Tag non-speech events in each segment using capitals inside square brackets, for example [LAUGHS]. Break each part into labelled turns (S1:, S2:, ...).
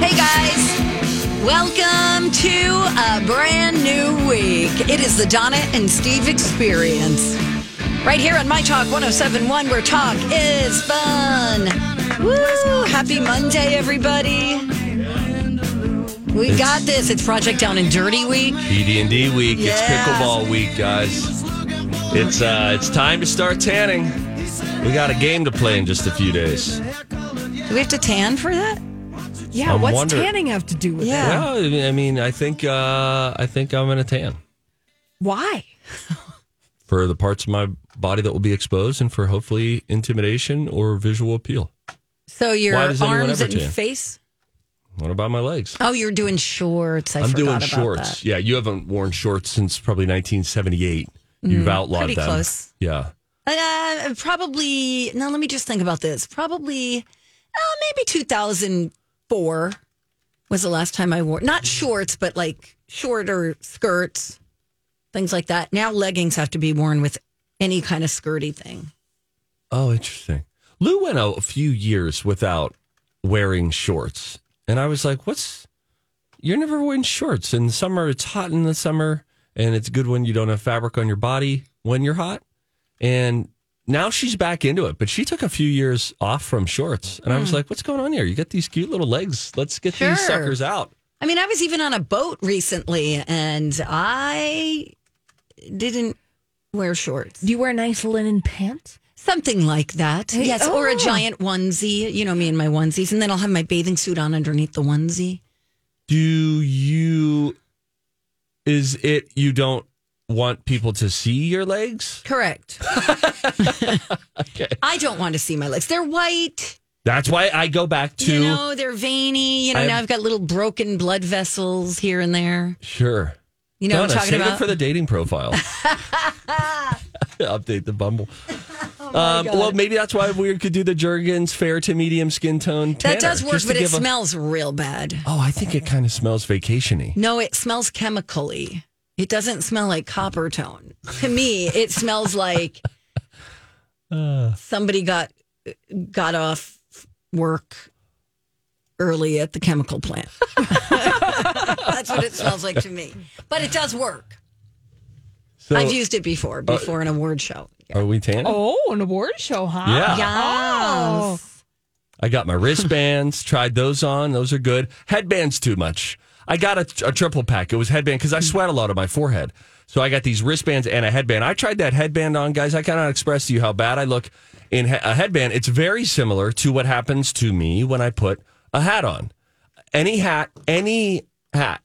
S1: Hey guys, welcome to a brand new week. It is the Donna and Steve experience. Right here on My Talk 1071, where talk is fun. Woo! Happy Monday, everybody. We got this. It's Project Down and Dirty Week.
S2: PD&D week. It's
S1: Yeah.
S2: pickleball week, guys. It's uh, it's time to start tanning. We got a game to play in just a few days.
S1: Do we have to tan for that?
S3: Yeah,
S2: I'm
S3: what's
S2: wonder-
S3: tanning have to do with
S1: Yeah.
S3: it?
S2: Well, I mean- I mean, I think uh, I think I'm gonna tan
S3: Why?
S2: for the parts of my body that will be exposed, and for hopefully intimidation or visual appeal.
S1: So your
S2: Why does anyone
S1: arms
S2: ever
S1: and
S2: tan?
S1: face?
S2: What about my legs?
S1: Oh, you're doing shorts. I
S2: I'm
S1: forgot
S2: doing
S1: about
S2: shorts.
S1: that.
S2: Yeah, you haven't worn shorts since probably 1978. You've outlawed
S1: Mm-hmm. pretty
S2: them.
S1: close.
S2: Yeah.
S1: Uh, probably. Now, let me just think about this. Probably, uh, maybe 2004 was the last time I wore not shorts, but like shorter skirts, things like that. Now leggings have to be worn with any kind of skirty thing.
S2: Oh, interesting. Lou went out a few years without wearing shorts. And I was like, what's, you're never wearing shorts. In the summer, it's hot in the summer, and it's good when you don't have fabric on your body when you're hot. And now she's back into it, but she took a few years off from shorts. And I was like, what's going on here? You got these cute little legs. Let's get
S1: Hmm. Sure.
S2: these suckers out.
S1: I mean, I was even on a boat recently, and I didn't wear shorts.
S4: Do you wear nice linen pants?
S1: Something like that.
S4: Hey,
S1: yes, or a
S4: oh.
S1: giant onesie. You know me and my onesies, and then I'll have my bathing suit on underneath the onesie.
S2: Do you, is it you don't want people to see your legs?
S1: Correct.
S2: [LAUGHS] Okay.
S1: I don't want to see my legs. They're white.
S2: That's why I go back to.
S1: You know, they're veiny. You know,
S2: I've-
S1: now I've got little broken blood vessels here and there.
S2: Sure.
S1: You know what I'm
S2: Donna,
S1: talking
S2: save
S1: about?
S2: it for the
S1: [LAUGHS]
S2: dating profile. [LAUGHS] Update the Bumble.
S1: Oh
S2: um, well, maybe that's why we could do the Jergens fair to medium skin tone.
S1: that
S2: tanner,
S1: does work,
S2: just to
S1: but it
S2: give a-
S1: smells real bad.
S2: Oh, I think it kind of smells vacationy.
S1: No, it smells chemically. It doesn't smell like copper tone. To me, it smells like somebody got got off work early at the chemical plant. [LAUGHS] That's what it smells like to me. But it does work.
S2: So,
S1: I've used it before, before an award show.
S2: are we tanning?
S3: Oh, an award show, huh?
S2: yeah.
S1: Yeah.
S2: I got
S3: [LAUGHS]
S2: my wristbands. tried those on. Those are good. Headbands too much. I got a, a triple pack. It was headband because I
S3: Hmm.
S2: sweat a lot on my forehead. So I got these wristbands and a headband. I tried that headband on, guys. I cannot express to you how bad I look in he- a headband. It's very similar to what happens to me when I put a hat on. Any hat, any hat,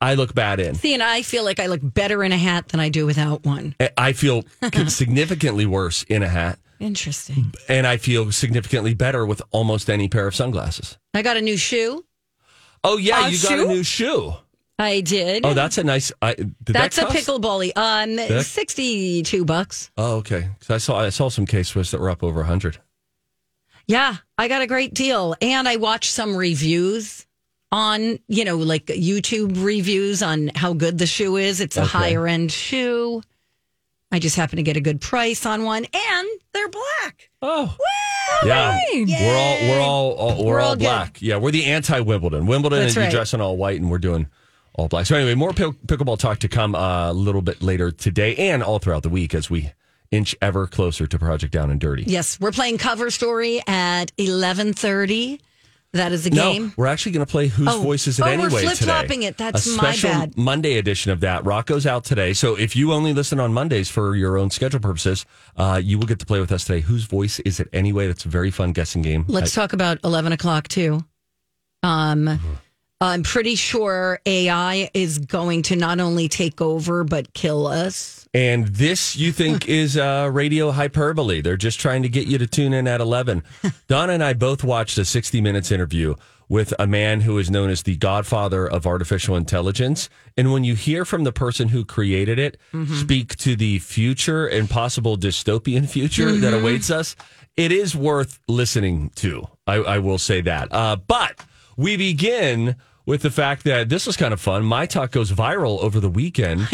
S2: I look bad in.
S1: See, and I feel like I look better in a hat than I do without one.
S2: I
S3: [LAUGHS]
S2: feel significantly worse in a hat,
S1: Interesting.
S2: and I feel significantly better with almost any pair of sunglasses.
S1: I got a new shoe.
S2: Oh yeah,
S3: A
S2: you got
S3: shoe?
S2: a new shoe.
S1: I did.
S2: Oh, that's a nice. I, did
S1: That's
S2: that
S1: a
S2: cost?
S1: pickle bally. Um, sixty-two bucks.
S2: Oh, okay. 'Cause I saw I saw some K Swiss that were up over hundred.
S1: Yeah, I got a great deal, and I watched some reviews on, you know, like YouTube reviews on how good the shoe is. It's a
S2: Okay.
S1: higher end shoe. I just happened to get a good price on one, and they're black.
S2: Oh, yeah. We're all we're all, all we're,
S1: We're
S2: all,
S1: all good.
S2: black. Yeah, we're the anti Wimbledon. Wimbledon
S1: That's
S2: is you
S1: right.
S2: dress in all white, and we're doing all black. So anyway, more pick- pickleball talk to come uh, a little bit later today, and all throughout the week as we inch ever closer to Project Down and Dirty.
S1: Yes, we're playing Cover Story at eleven thirty. That is a
S2: No,
S1: game.
S2: we're actually going to play Whose
S1: Oh.
S2: Voice Is It
S1: Oh, we're
S2: Anyway
S1: flip-flopping
S2: today.
S1: it. That's
S2: a
S1: my
S2: special
S1: bad.
S2: Monday edition of that. Rocco's out today, so if you only listen on Mondays for your own schedule purposes, uh, you will get to play with us today. Whose voice is it anyway? That's a very fun guessing game.
S1: Let's talk about 11 o'clock, too. Um,
S2: Mm-hmm.
S1: I'm pretty sure AI is going to not only take over, but kill us.
S2: And this, you think, is uh, radio hyperbole. They're just trying to get you to tune in at 11. Donna and I both watched a 60 Minutes interview with a man who is known as the godfather of artificial intelligence. And when you hear from the person who created it speak to the future and possible dystopian future that awaits us, it is worth listening to. I, I will say that. Uh, but we begin with the fact that this was kind of fun. My talk goes viral over the weekend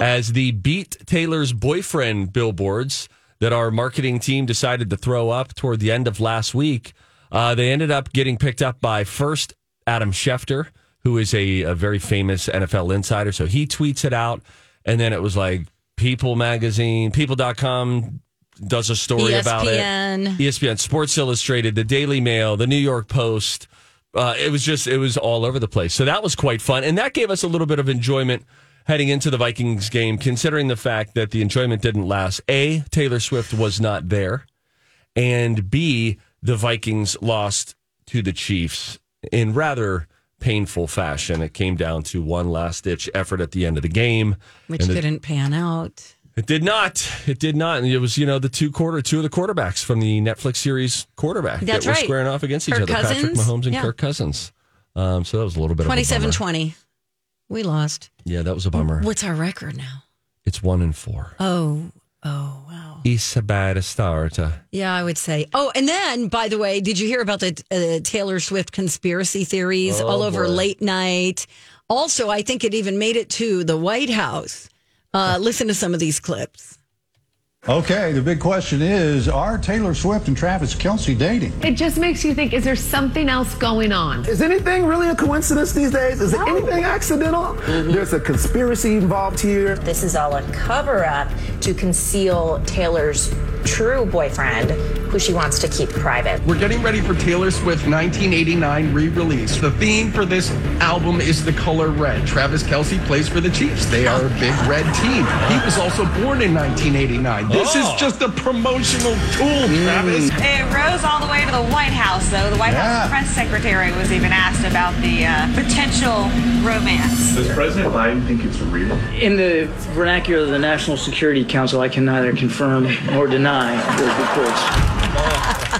S2: as the Beat Taylor's Boyfriend billboards that our marketing team decided to throw up toward the end of last week. Uh, they ended up getting picked up by first Adam Schefter, who is a, a very famous NFL insider. So he tweets it out. And then it was like People Magazine, People.com does a story about
S1: E
S2: it.
S1: ESPN.
S2: ESPN, Sports Illustrated, the Daily Mail, the New York Post. Uh, it was just, it was all over the place. So that was quite fun. And that gave us a little bit of enjoyment heading into the Vikings game, considering the fact that the enjoyment didn't last. A, Taylor Swift was not there. And B, the Vikings lost to the Chiefs in rather painful fashion. It came down to one last ditch effort at the end of the game.
S1: Which
S2: And the-
S1: didn't pan out.
S2: it did not. It did not. And it was, you know, the two quarter, two of the quarterbacks from the Netflix series quarterback
S1: That's
S2: that were
S1: right.
S2: squaring off against each
S1: Kirk
S2: other, Patrick
S1: Cousins.
S2: Mahomes and
S1: Yeah.
S2: Kirk Cousins. Um, so that was a little bit of a
S1: 27
S2: bummer.
S1: 20. We lost.
S2: Yeah, that was a bummer.
S1: What's our record now?
S2: It's one and four.
S1: Oh, oh, wow.
S2: It's a bad start. Uh,
S1: Yeah, I would say. Oh, and then, by the way, did you hear about the uh, Taylor Swift conspiracy theories
S2: Oh,
S1: all over
S2: boy.
S1: late night? Also, I think it even made it to the White House. Uh, listen to some of these clips.
S5: Okay, the big question is Are Taylor Swift and Travis Kelsey dating?
S6: It just makes you think, is there something else going on?
S7: Is anything really a coincidence these days? Is anything accidental?
S6: Mm-hmm.
S7: There's a conspiracy involved here.
S8: This is all a cover up to conceal Taylor's true boyfriend, who she wants to keep private.
S9: We're getting ready for Taylor Swift 1989 re release. The theme for this album is the color red. Travis Kelsey plays for the Chiefs. They are a big red team. He was also born in 1989. This
S2: Oh.
S9: is just a promotional tool, Travis.
S10: Mm.
S8: It rose all the way to the White House, though. The White
S5: Yeah.
S8: House press secretary was even asked about the uh, potential romance.
S7: Does President Biden think it's real?
S6: In the vernacular of the National Security Council, I can neither confirm or deny those reports.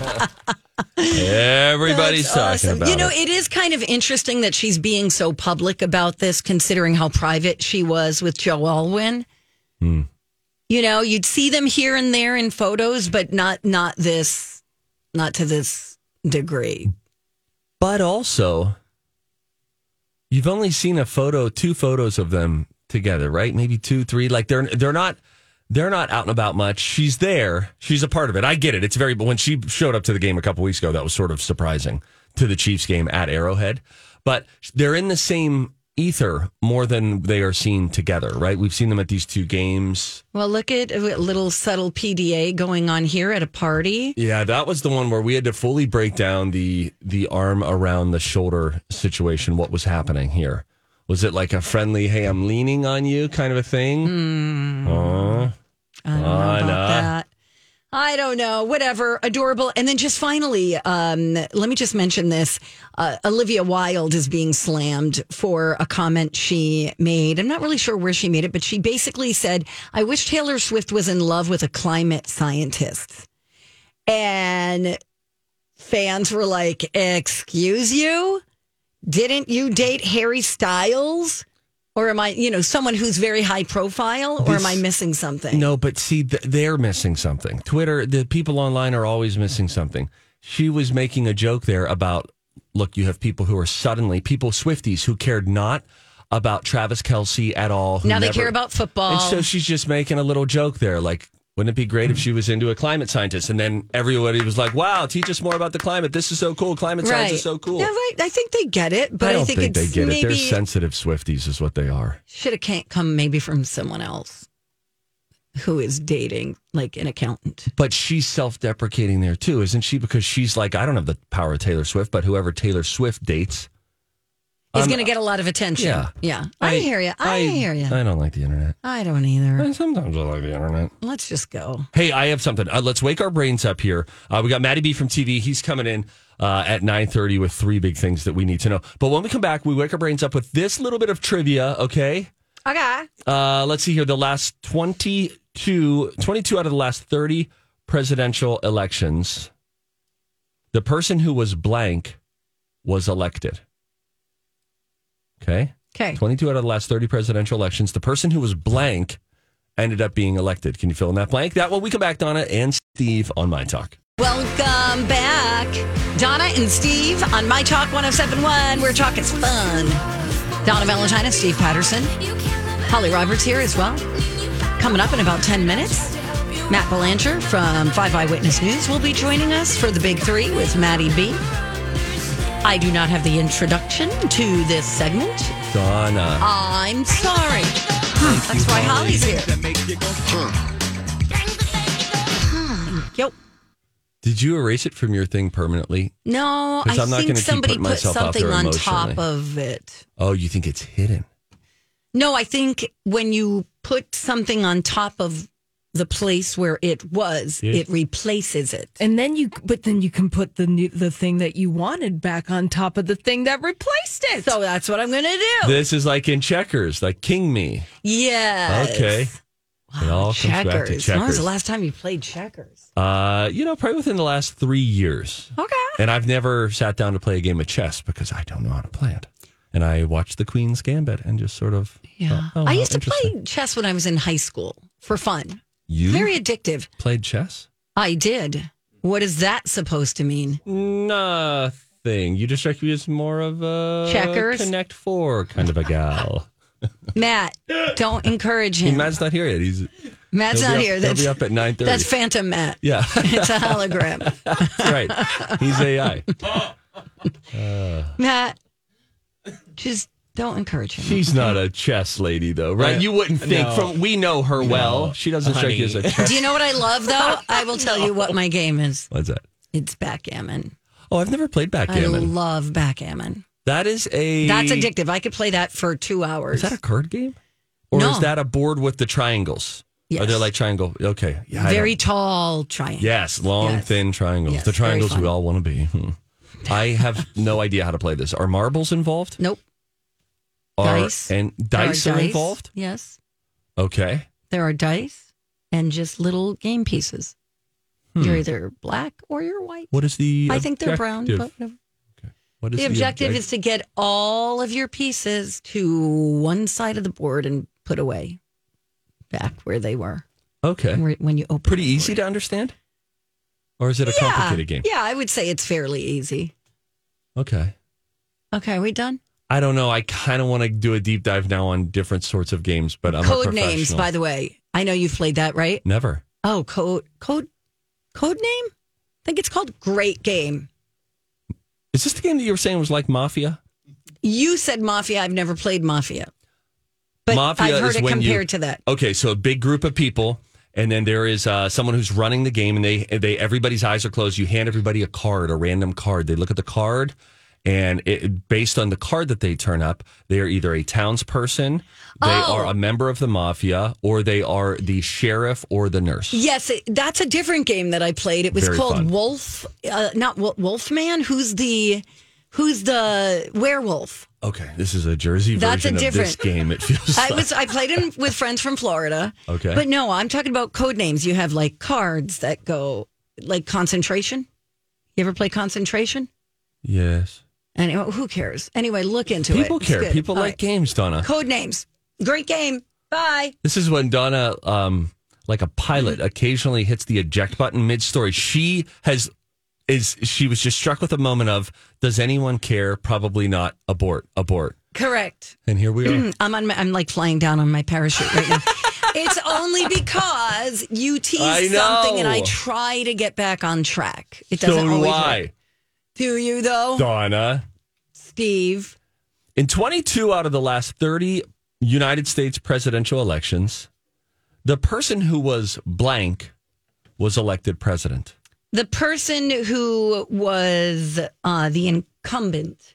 S2: everybody's
S1: That's
S2: talking
S1: awesome.
S2: about
S1: You know,
S2: it.
S1: it is kind of interesting that she's being so public about this, considering how private she was with Joe Alwyn.
S2: Hmm.
S1: You know, you'd see them here and there in photos, but not not this, not to this degree.
S2: But also, you've only seen a photo, two photos of them together, right? Maybe two, three. Like they're they're not they're not out and about much. She's there. She's a part of it. I get it. It's very. But when she showed up to the game a couple weeks ago, that was sort of surprising to the Chiefs game at Arrowhead. But they're in the same ether more than they are seen together, right? We've seen them at these two games.
S1: Well, look at a little subtle PDA going on here at a party.
S2: Yeah, that was the one where we had to fully break down the the arm around the shoulder situation. What was happening here? Was it like a friendly "Hey, I'm leaning on you" kind of a thing?
S1: Mm.
S2: Aw.
S1: I don't know
S2: Ah,
S1: about
S2: nah.
S1: that. I don't know. Whatever. Adorable. And then just finally, um, let me just mention this. Uh, Olivia Wilde is being slammed for a comment she made. I'm not really sure where she made it, but she basically said, I wish Taylor Swift was in love with a climate scientist. And fans were like, Excuse you? Didn't you date Harry Styles? Or am I, you know, someone who's very high profile? Or am I
S2: This-
S1: missing something?
S2: No, but see, th- they're missing something. Twitter, the people online are always missing something. She was making a joke there about look, you have people who are suddenly people Swifties who cared not about Travis Kelsey at all. who
S1: Now they
S2: never-
S1: care about football.
S2: And so she's just making a little joke there, like, wouldn't it be great if she was into a climate scientist? And then everybody was like, wow, teach us more about the climate. This is so cool. Climate science is so cool.
S1: Yeah, right. I think they get it, but
S2: I
S1: I,
S2: don't
S1: think,
S2: think they
S1: it's
S2: get it. They're
S1: maybe
S2: sensitive Swifties, is what they are.
S1: should have can't come maybe from someone else. who is dating like an accountant.
S2: But she's self deprecating there too, isn't she? Because she's like, I don't have the power of Taylor Swift, but whoever Taylor Swift dates
S1: Is
S2: I'm-
S1: going to get a lot of attention.
S2: Yeah.
S1: yeah. I, hear you. I, hear you.
S2: I don't like the internet.
S1: I don't either.
S2: Sometimes I like the internet.
S1: Let's just go.
S2: Hey, I have something. Uh, let's wake our brains up here. Uh, we got Matty B from TV. He's coming in uh, at 9.30 with three big things that we need to know. But when we come back, we wake our brains up with this little bit of trivia, okay?
S8: Okay.
S2: Uh, let's see here. The last 22, 22 out of the last 30 presidential elections, the person who was blank was elected. Okay?
S1: Okay.
S2: 22 out of the last 30 presidential elections, the person who was blank ended up being elected. Can you fill in that blank? That one we come back, Donna and Steve on My Talk.
S1: Welcome back. Donna and Steve on My Talk 1071, where talk is fun. Donna Valentine and Steve Patterson. Holly Roberts here as well. Coming up in about 10 minutes, Matt Belanger from Five Eyewitness News will be joining us for the Big Three with Maddie B. I do not have the introduction to this segment.
S2: Donna.
S1: I'm sorry. That's why Holly's here. Yo.
S2: Did you erase it from your thing permanently?
S1: No, I
S2: 'Cause I'm not
S1: think
S2: gonna keep
S1: somebody
S2: putting
S1: put
S2: myself out
S1: something
S2: there
S1: on top
S2: emotionally.
S1: of it.
S2: Oh, you think it's hidden?
S1: No, I think when you put something on top of the place where it was,
S2: Yeah.
S1: it replaces it.
S4: And then you, but then you can put the new, the thing that you wanted back on top of the thing that replaced it.
S1: So that's what I'm going to do.
S2: This is like in checkers, like King Me.
S1: yes.
S2: Okay. It all comes back
S1: checkers.
S2: to
S1: When was
S2: checkers.
S1: the last time you played checkers?
S2: Uh, you know, probably within the last three years.
S1: Okay.
S2: And I've never sat down to play a game of chess because I don't know how to play it. And I watched the Queen's Gambit and just sort of.
S1: Yeah.
S2: thought, oh,
S1: I
S2: how
S1: used to
S2: interesting. Hmm?
S1: play chess when I was in high school for fun.
S2: You
S1: Very addictive.
S2: played chess?
S1: I did. What is that supposed to mean?
S2: Nothing. You just strike me as more of a
S1: Checkers?
S2: Connect Four kind of
S1: [LAUGHS]
S2: a gal.
S1: Matt, don't encourage
S2: I mean,
S1: him.
S2: Matt's not here yet. He's
S1: Matt's
S2: he'll
S1: not
S2: be up-
S1: here.
S2: He'll
S1: That's,
S2: be up at nine thirty.
S1: that's Phantom
S2: [LAUGHS]
S1: Matt.
S2: yeah,
S1: It's a hologram.
S2: that's right. He's AI.
S1: Matt, just don't encourage him.
S2: She's not a chess lady, though, right? You wouldn't think.
S11: No.
S2: From we know her well, she doesn't strike you as a
S11: honey.
S2: chess.
S1: Do you know what I love
S2: [LAUGHS]
S1: though? I will tell you what my game is.
S2: What's that?
S1: It's backgammon.
S2: Oh, I've never played
S1: I
S2: backgammon.
S1: love backgammon.
S2: that is a
S1: That's addictive. I could play that for two hours.
S2: Is that a card game? Or
S1: No.
S2: is that a board with the triangles? Are they
S1: Yes.
S2: like triangle? Okay. Yeah, I
S1: Very
S2: don't-
S1: tall triangle.
S2: yes, long,
S1: Yes.
S2: thin triangles.
S1: Yes,
S2: the
S1: very
S2: triangles we
S1: fun.
S2: all want to be. Hmm. I have no idea how to play this. Are marbles involved?
S1: Nope.
S2: Are,
S1: Dice.
S2: And
S1: There
S2: dice are involved?
S1: Yes.
S2: Okay.
S1: There are dice and just little game pieces.
S2: Hmm.
S1: You're either black or you're white.
S2: What is the.
S1: I think they're brown,
S2: objective?
S1: but whatever.
S2: What is
S1: The objective
S2: object-
S1: is to get all of your pieces to one side of the board and put away back where they were
S2: Okay.
S1: where- when you open.
S2: Pretty
S1: the board.
S2: easy to understand? Or is it a complicated game?
S1: Yeah, I would say it's fairly easy.
S2: Okay.
S1: Okay, are we done?
S2: I don't know. I kind of want to do a deep dive now on different sorts of games, but I'm a
S1: code
S2: professional.
S1: names, by the way. I know you've played that, right?
S2: Never.
S1: Oh, code code code name? I think it's called Great Game.
S2: Is this the game that you were saying was like Mafia?
S1: You said Mafia. I've never played Mafia. But
S2: Mafia
S1: I've heard
S2: is
S1: it
S2: when you-
S1: compared to that.
S2: Okay, so a big group of people, and then there is uh, someone who's running the game, and they they everybody's eyes are closed. You hand everybody a card, a random card. They look at the card, and it, based on the card that they turn up, they are either a townsperson, they
S1: Oh.
S2: are a member of the mafia, or they are the sheriff or the nurse.
S1: Yes, it, that's a different game that I played. It was
S2: Very
S1: called
S2: fun.
S1: Wolf, uh, not Wolf, Wolfman. Who's the who's the werewolf?
S2: Okay, this is a Jersey
S1: That's a
S2: version of this
S1: different-
S2: game. It feels.
S1: I
S2: like.
S1: was I played
S2: [LAUGHS]
S1: it with friends from Florida.
S2: Okay.
S1: but no, I'm talking about code names. You have like cards that go like concentration. You ever play concentration?
S2: yes.
S1: Anyway, who cares? Anyway, look into it.
S2: People
S1: It's
S2: care.
S1: good.
S2: People
S1: All
S2: like
S1: right.
S2: games, Donna.
S1: code names. Great game. Bye.
S2: This is when Donna, um, like a pilot,
S1: Mm-hmm.
S2: occasionally hits the eject button mid-story. She has is she was just struck with a moment of does anyone care? Probably not. Abort. Abort.
S1: Correct.
S2: And here we [CLEARS THROAT] are.
S1: I'm on. My, I'm like flying down on my parachute
S4: [LAUGHS]
S1: right now. it's only because you tease
S2: I
S1: something and I
S2: know.
S1: try to get back on track. It doesn't
S2: so do
S1: always
S2: I,
S1: work. Oh. Do you though,
S2: Donna.
S1: Steve?
S2: In 22 out of the last 30 United States presidential elections, The person who was blank was elected president.
S1: The person who was uh, the incumbent.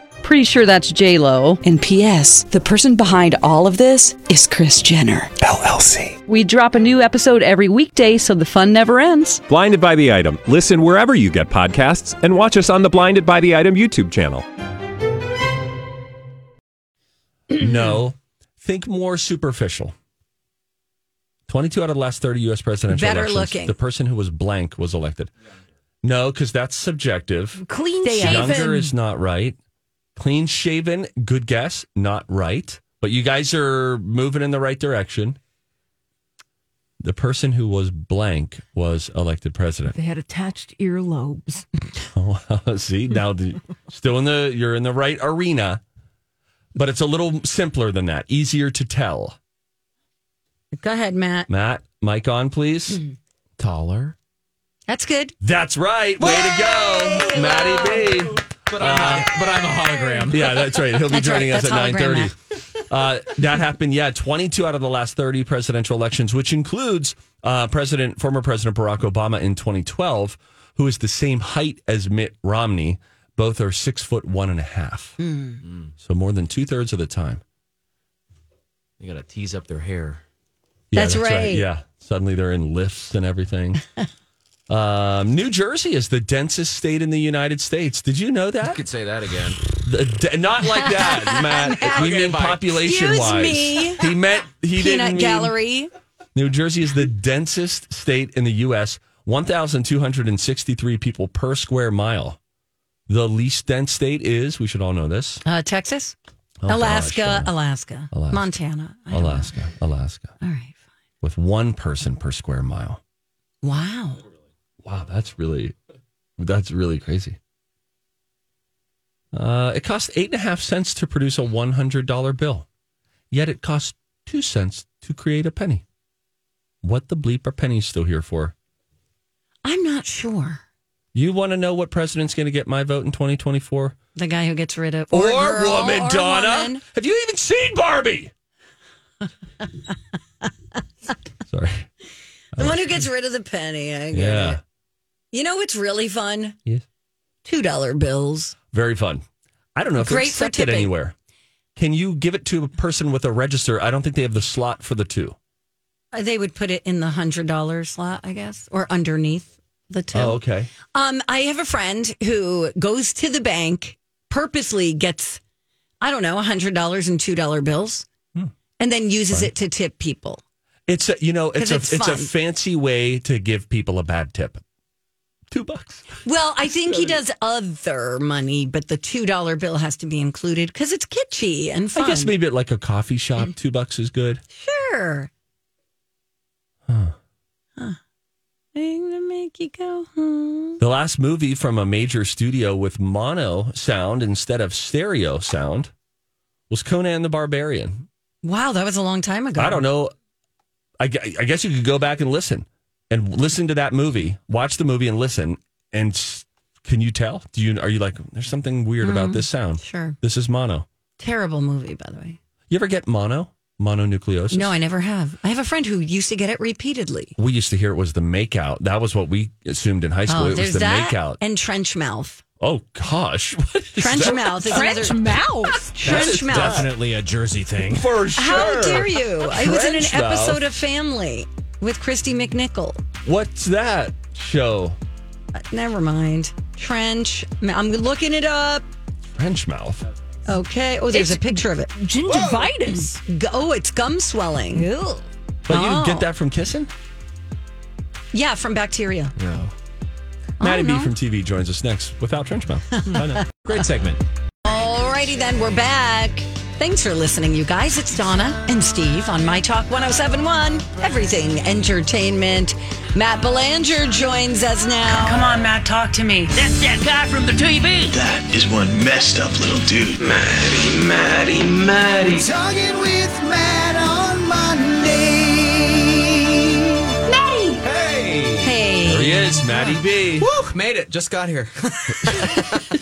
S12: Pretty sure that's J Lo. And P.S. The person behind all of this is Chris Jenner LLC. We drop a new episode every weekday, so the fun never ends.
S11: Blinded by the item. Listen wherever you get podcasts, and watch us on the Blinded by the Item YouTube channel.
S2: [CLEARS THROAT] no. Think more superficial. 22 out of the last 30 U.S. presidential
S1: Better
S2: elections,
S1: looking.
S2: the person who was blank was elected. No, because that's subjective.
S1: Clean
S2: Younger
S1: shaven.
S2: is not right. Clean shaven, good guess, not right. But you guys are moving in the right direction. The person who was blank was elected president.
S4: They had attached earlobes.
S2: Wow, [LAUGHS] See now, the, still in the you're in the right arena, but it's a little simpler than that. Easier to tell.
S1: Go ahead, Matt.
S2: Matt, mic on, please. Taller.
S1: That's good.
S2: That's right. Way to go, Matty B. But I'm,
S13: but I'm a
S2: [LAUGHS]
S13: hologram.
S2: Yeah, that's right. He'll be
S13: That's right.
S2: joining us
S13: That's
S2: at nine
S13: hologram,
S2: thirty. Uh, that happened, yeah, 22 out of the last 30 presidential elections, which includes uh, President, former President Barack Obama in 2012, who is the same height as Mitt Romney. Both are six foot one and a half.
S13: Hmm.
S2: So more than two thirds of the time.
S13: You gotta tease up their hair.
S1: That's right.
S2: Yeah. Suddenly they're in lifts and everything. [LAUGHS] um, New Jersey is the densest state in the United States. Did you know
S13: You
S2: that?
S13: could say that again.
S2: The de- not like
S1: [LAUGHS]
S2: that, Matt. we
S13: Okay,
S2: mean
S13: bye.
S2: population
S1: Excuse
S2: wise.
S1: me.
S2: He meant he
S1: Peanut
S2: didn't mean
S1: gallery.
S2: New Jersey is the densest state in the U.S. 1,263 people per square mile. The least dense state is, we should all know this,
S1: Uh, Texas,
S2: Oh, gosh,
S1: Alaska,
S2: yeah.
S1: Alaska,
S2: Alaska.
S1: Montana. I don't know.
S2: Alaska. Alaska.
S1: All right.
S2: With one person per square mile.
S1: Wow.
S2: Wow, that's really, that's really crazy. Uh, it costs eight and a half cents to produce a one hundred dollar bill, yet it costs two cents to create a penny. What the bleep are pennies still here for?
S1: I'm not sure.
S2: You want to know what president's going to get my vote in twenty twenty four?
S1: The guy who gets rid of
S2: Or
S1: girl,
S2: woman,
S1: or
S2: Donna.
S1: woman.
S2: Have you even seen
S1: [LAUGHS]
S2: Barbie? Sorry.
S1: The one who gets rid of the penny. I get
S2: Yeah.
S1: it. You know what's really fun?
S2: Yes.
S1: Two dollar bills.
S2: Very fun. I don't know if
S1: Great
S2: they
S1: for
S2: accept it
S1: tipping.
S2: anywhere. Can you give it to a person with a register? I don't think they have the slot for the two.
S1: Uh, They would put it in the hundred dollar slot, I guess, or underneath the till.
S2: Oh, okay.
S1: Um, I have a friend who goes to the bank, purposely gets, I don't know, hundred dollars in two dollar bills,
S2: Hmm.
S1: and then uses it to tip people.
S2: It's a, you know,
S1: 'Cause
S2: it's a
S1: it's
S2: it's, a
S1: fun.
S2: fancy way to give people a bad tip. Two bucks.
S1: Well, I think he does other money, but the two dollar bill has to be included because it's kitschy and fun. Mm.
S2: I guess maybe at like a coffee shop, two bucks is good.
S1: Sure.
S2: Huh.
S1: Thing to make you go home.
S2: The last movie from a major studio with mono sound instead of stereo sound was Conan the Barbarian.
S1: Wow, that was a long time ago.
S2: I don't know. I, gu- I guess you could go back and listen and listen to that movie, watch the movie and listen. And s- can you tell? Do you are you like? There's something weird about
S1: Mhm.
S2: this sound.
S1: Sure.
S2: This is mono.
S1: Terrible movie, by the way.
S2: You ever get mono mononucleosis?
S1: No, I never have. I have a friend who used to get it repeatedly.
S2: We used to hear it was the makeout. That was what we assumed in high school. it was
S1: Oh, there's
S2: the
S1: that
S2: makeout.
S1: and trench mouth.
S2: Oh gosh, [LAUGHS] What [LAUGHS] is
S1: Trench
S2: that?
S1: mouth is
S3: Trench
S1: another [LAUGHS]
S3: mouth.
S1: trench mouth.
S13: Definitely a Jersey thing.
S2: For
S1: How dare you? I was in an
S2: Trench mouth.
S1: episode of Family with Christy McNichol.
S2: What's that show?
S1: Uh, Never mind. Trench. mou- I'm looking it up.
S2: French mouth.
S1: Okay. Oh, there's
S3: It's
S1: a picture of it.
S3: Gingivitis.
S1: G- Oh, it's gum swelling.
S2: But you
S1: Oh.
S2: didn't get that from kissing?
S1: Yeah, from bacteria.
S2: No. Maddie B
S1: no.
S2: from TV joins us next without trench
S1: [LAUGHS]
S2: mouth. Bye now.
S13: Great segment.
S1: Alrighty then, we're back. Thanks for listening, you guys. It's Donna and Steve on My Talk 1071, Everything Entertainment. Matt Belanger joins us now. Come on, Matt, talk to me. That's that guy from the TV.
S14: That is one messed up little dude. Maddie, Maddie, Maddie.
S15: Talking with Matt on Monday.
S2: is Maddie B.
S13: Woo! Made it. Just
S2: [LAUGHS]
S13: got here.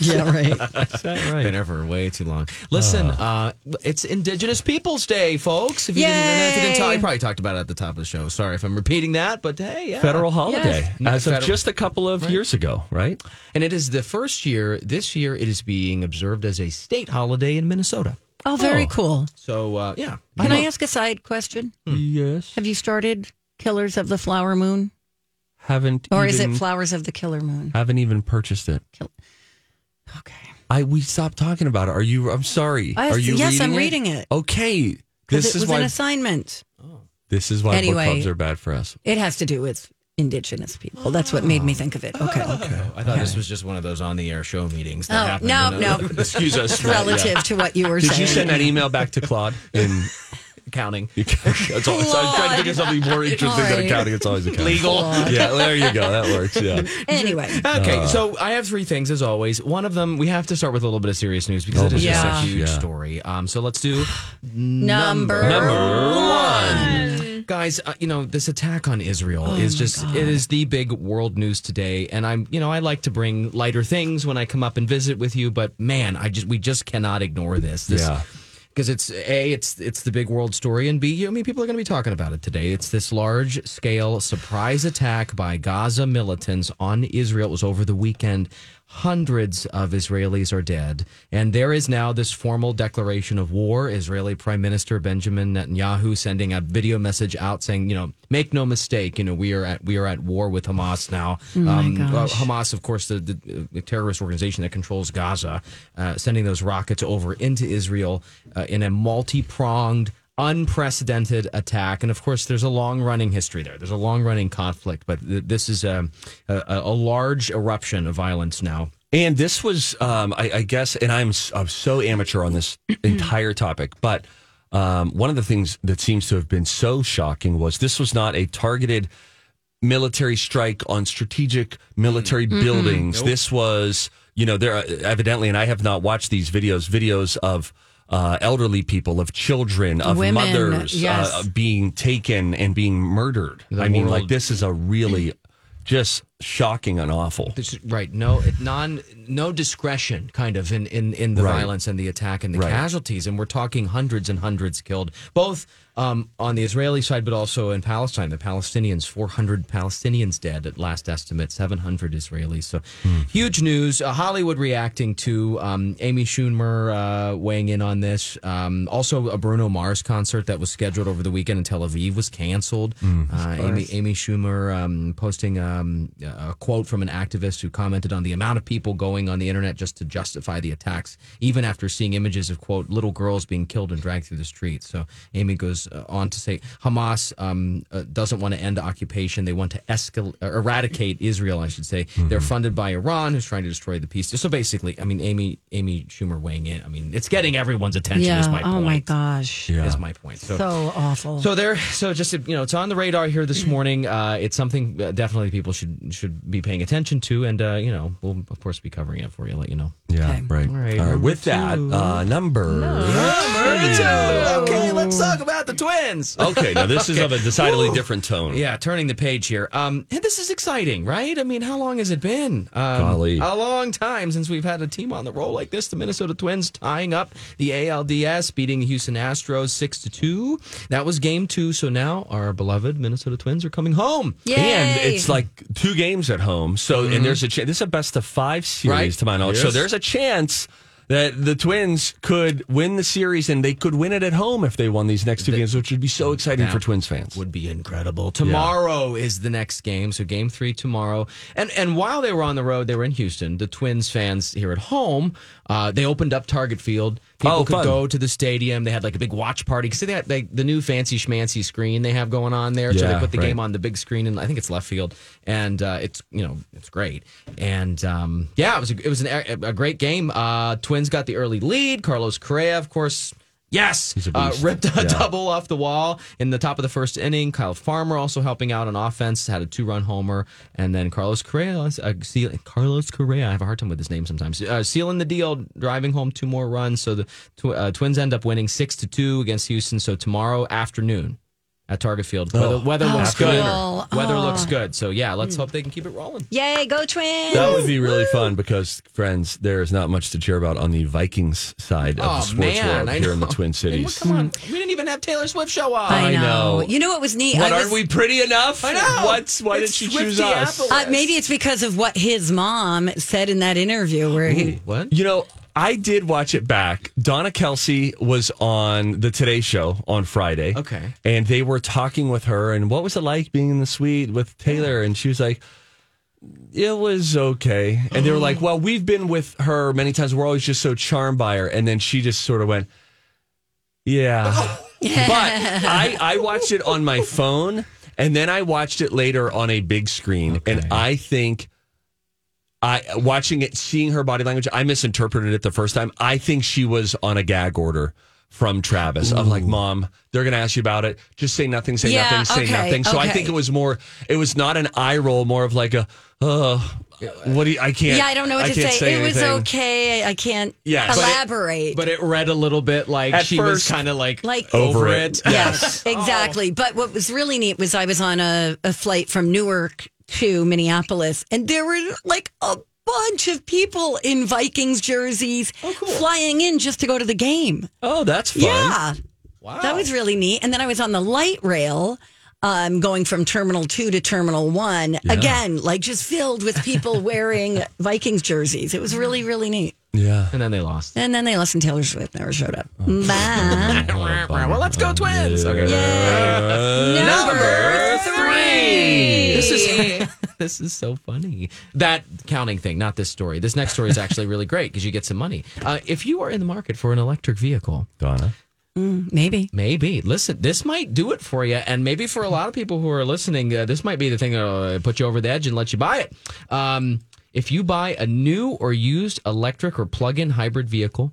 S15: yeah, right.
S13: right. Been ever way too long. Listen,
S2: Ah.
S13: uh, it's Indigenous Peoples Day, folks. If you didn't, if you didn't tell,
S2: Yay.
S13: you probably talked about it at the top of the show. Sorry if I'm repeating that, but hey, yeah.
S2: Federal holiday,
S13: Not
S2: as of
S13: federal-
S2: just a couple of
S13: Right.
S2: years ago, right?
S13: And it is the first year. This year, it is being observed as a state holiday in Minnesota.
S1: Oh, very cool.
S13: So uh, yeah,
S1: Can I ask a side question?
S2: Yes.
S1: Have you started Killers of the Flower Moon?
S2: Haven't
S1: Or is
S2: even-
S1: it Flowers of the Killer Moon?
S2: Haven't even purchased it. Okay. I we stopped talking about it. Are you? I'm sorry.
S1: I-
S2: Are you?
S1: yes,
S2: reading
S1: I'm
S2: it?
S1: reading it.
S2: Okay.
S1: Because
S2: This
S1: it
S2: is
S1: was
S2: why.
S1: an assignment.
S2: this is why
S1: Anyway.
S2: book clubs are bad for us.
S1: It has to do with indigenous people. That's what made me think of it. Okay.
S13: I thought this was just one of those on the air show meetings. That
S1: Oh,
S13: happen
S1: no,
S13: when, uh,
S1: no. [LAUGHS] It's relative to what you were
S2: Did
S1: saying.
S2: you send that email back to Claude in
S13: accounting?
S2: [LAUGHS] That's all. So I'm trying to think of something more interesting than
S13: Claude.
S2: accounting. It's always accounting.
S13: Legal. [LAUGHS]
S2: Yeah, there you go. That works. Yeah. [LAUGHS]
S1: Anyway.
S13: Okay,
S2: Uh,
S13: so I have three things as always. One of them, we have to start with a little bit of serious news because
S2: Oh,
S13: it is
S2: my
S13: just
S2: gosh,
S13: a huge
S2: yeah.
S13: story. Um, so
S1: [GASPS]
S13: let's do
S1: Number,
S13: one. Guys, uh, you know, this attack on Israel
S1: Oh
S13: is
S1: my
S13: just,
S1: God.
S13: it is the big world news today. And I'm, you know, I like to bring lighter things when I come up and visit with you, but man, I just, we just cannot ignore this. this
S2: Yeah.
S13: Because it's a, it's it's the big world story, and b, I mean, people are going to be talking about it today. It's this large scale surprise attack by Gaza militants on Israel. It was over the weekend. Hundreds of Israelis are dead, and there is now this formal declaration of war. Israeli Prime Minister Benjamin Netanyahu sending a video message out saying, you know, make no mistake, you know, we are at we are at war with Hamas now.
S16: Oh my
S13: uh,
S16: gosh.
S13: Hamas, of course, the, the, the terrorist organization that controls Gaza, uh, sending those rockets over into Israel uh, in a multi pronged, unprecedented attack. And of course, there's a long running history there. There's a long running conflict, but th- this is a, a, a large eruption of violence now.
S2: And this was, um, I, I guess, and I'm s- I'm so amateur on
S13: [CLEARS THROAT]
S2: this entire topic, but um, one of the things that seems to have been so shocking was this was not a targeted military strike on strategic military
S13: Mm-mm.
S2: buildings.
S13: Nope.
S2: This was, you know, there are- evidently, and I have not watched these videos. Videos of. Uh, elderly people, of children, of
S13: Women,
S2: mothers
S13: yes.
S2: uh, being taken and being murdered.
S13: The
S2: I mean,
S13: world-
S2: like, this is a
S13: [CLEARS THROAT]
S2: really just shocking and awful.
S13: This- right. No, it- non, no discretion, kind of in in in the
S2: Right.
S13: violence and the attack and the
S2: Right.
S13: casualties, and we're talking hundreds and hundreds killed, both um, on the Israeli side, but also in Palestine. The Palestinians, four hundred Palestinians dead at last estimate, seven hundred Israelis. So
S2: Hmm.
S13: huge news. Uh, Hollywood reacting to um, Amy Schumer uh, weighing in on this. Um, also, a Bruno Mars concert that was scheduled over the weekend in Tel Aviv was canceled.
S2: Hmm.
S13: Uh, Amy, Amy Schumer um, posting um, a quote from an activist who commented on the amount of people going on the internet just to justify the attacks, even after seeing images of, quote, little girls being killed and dragged through the streets. So Amy goes uh, on to say Hamas um, uh, doesn't want to end occupation. They want to escal- er- eradicate Israel, I should say. They're funded by Iran, who's trying to destroy the peace. So basically, I mean, Amy, Amy Schumer weighing in. I mean, it's getting everyone's attention,
S1: yeah.
S13: is my
S1: oh
S13: point.
S1: my gosh.
S13: Is my point. So,
S1: So awful.
S13: so there, so just you know, it's on the radar here this morning. Uh, it's something uh, definitely people should should be paying attention to, and uh, you know, we'll of course be covering it for you, let you know.
S2: Yeah, right. All
S13: right.
S2: right. With that, uh, number.
S13: Okay, let's talk about the twins.
S2: Okay, now
S13: [LAUGHS]
S2: this is
S13: Okay.
S2: of a decidedly
S13: Woo.
S2: different tone.
S13: Oh, Yeah, turning the page here. Um, and this is exciting, right? I mean, how long has it been? Um,
S2: Golly.
S13: a long time since we've had a team on the roll like this. The Minnesota Twins tying up the ALDS, beating the Houston Astros six to two. That was game two. So now our beloved Minnesota Twins are coming home.
S2: And it's like two games at home. So,
S13: Mhm.
S2: and there's a chance. This is a best of five series
S13: Right.
S2: to my knowledge. So
S13: Yes.
S2: there's a chance that the Twins could win the series and they could win it at home if they won these next two games, which would be so exciting
S13: That
S2: for Twins fans.
S13: Would be incredible. Tomorrow is the next game, so game three tomorrow. And and while they were on the road, they were in Houston. The Twins fans here at home, uh, they opened up Target Field. People
S2: Oh,
S13: could
S2: fun.
S13: go to the stadium. They had like a big watch party because they had like the new fancy schmancy screen they have going on there. so they
S2: Yeah,
S13: put the
S2: right.
S13: game on the big screen, and I think it's left field, and uh, it's you know it's great. And um, yeah, it was a, it was an, a great game. Uh, Twins got the early lead. Carlos Correa, of course. Yes, uh, ripped [LAUGHS] a double off the wall in the top of the first inning. Kyle Farmer also helping out on offense, had a two-run homer, and then Carlos Correa. Uh, seal, Carlos Correa, I have a hard time with his name sometimes. Uh, sealing the deal, driving home two more runs. So the tw- uh, Twins end up winning six to two against Houston. So tomorrow afternoon, at Target Field.
S2: Oh.
S13: Weather, weather
S2: Oh,
S13: looks
S2: cool.
S13: good.
S2: Oh. Hmm.
S13: Weather looks good. So yeah, let's hope they can keep it rolling.
S1: Yay, go twins.
S2: That would be really fun because, friends, there is not much to cheer about on the Vikings side of
S13: Oh,
S2: the sports
S13: man,
S2: world
S13: I
S2: here in the
S13: know.
S2: Twin Cities.
S13: Come on, we didn't even have Taylor Swift show up.
S2: I know.
S1: You know what was neat?
S2: What,
S1: I
S2: aren't
S1: was-
S2: we pretty enough?
S1: I know.
S2: What's, why
S1: It's
S2: did she
S1: Swiftie
S2: choose us?
S1: Uh, maybe it's because of what his mom said in that interview where he.
S13: What?
S2: You know, I did watch it back. Donna Kelsey was on the Today Show on Friday.
S13: Okay.
S2: And they were talking with her, and what was it like being in the suite with Taylor? And she was like, it was okay. And they were like, well, we've been with her many times. We're always just so charmed by her. And then she just sort of went, yeah. but I, I watched it on my phone, and then I watched it later on a big screen. And I think. I watching it, seeing her body language, I misinterpreted it the first time. I think she was on a gag order from Travis. I'm like, Mom, they're gonna ask you about it. Just say nothing, say
S16: Yeah,
S2: nothing, say
S16: okay,
S2: nothing. So I
S16: okay.
S2: think it was more it was not an eye roll, more of like a uh what do you, I can't
S1: yeah, I don't know what to say.
S2: can't
S1: It was
S2: anything.
S1: okay. I can't
S2: Yes. But it-
S1: elaborate.
S13: But it read a little bit like
S2: At
S13: she
S2: first-
S13: was kind of like,
S1: Like-
S13: over,
S2: Over
S13: it.
S2: it. Yes.
S1: Exactly. But what was really neat was I was on a, a flight from Newark to Minneapolis, and there were like a bunch of people in Vikings jerseys flying in just to go to the game.
S2: Oh, that's fun.
S1: Yeah. That was really neat. And then I was on the light rail. Um, going from terminal two to terminal one
S2: Yeah.
S1: again, like just filled with
S13: [LAUGHS]
S1: people wearing Vikings jerseys. It was really, really neat.
S2: Yeah.
S13: And then they lost.
S1: And then they listened. Taylor Swift never showed up.
S13: Oh.
S1: Bye.
S13: well, let's go twins. Okay.
S1: Number
S13: three. This
S1: is
S13: this is so funny. That counting thing, not this story. This next story is actually really great because you get some money. Uh, if you are in the market for an electric vehicle,
S2: Donna.
S1: [LAUGHS] maybe.
S13: Maybe. Listen, this might do it for you. And maybe for a lot of people who are listening, uh, this might be the thing that'll uh, put you over the edge and let you buy it. Um, if you buy a new or used electric or plug in hybrid vehicle,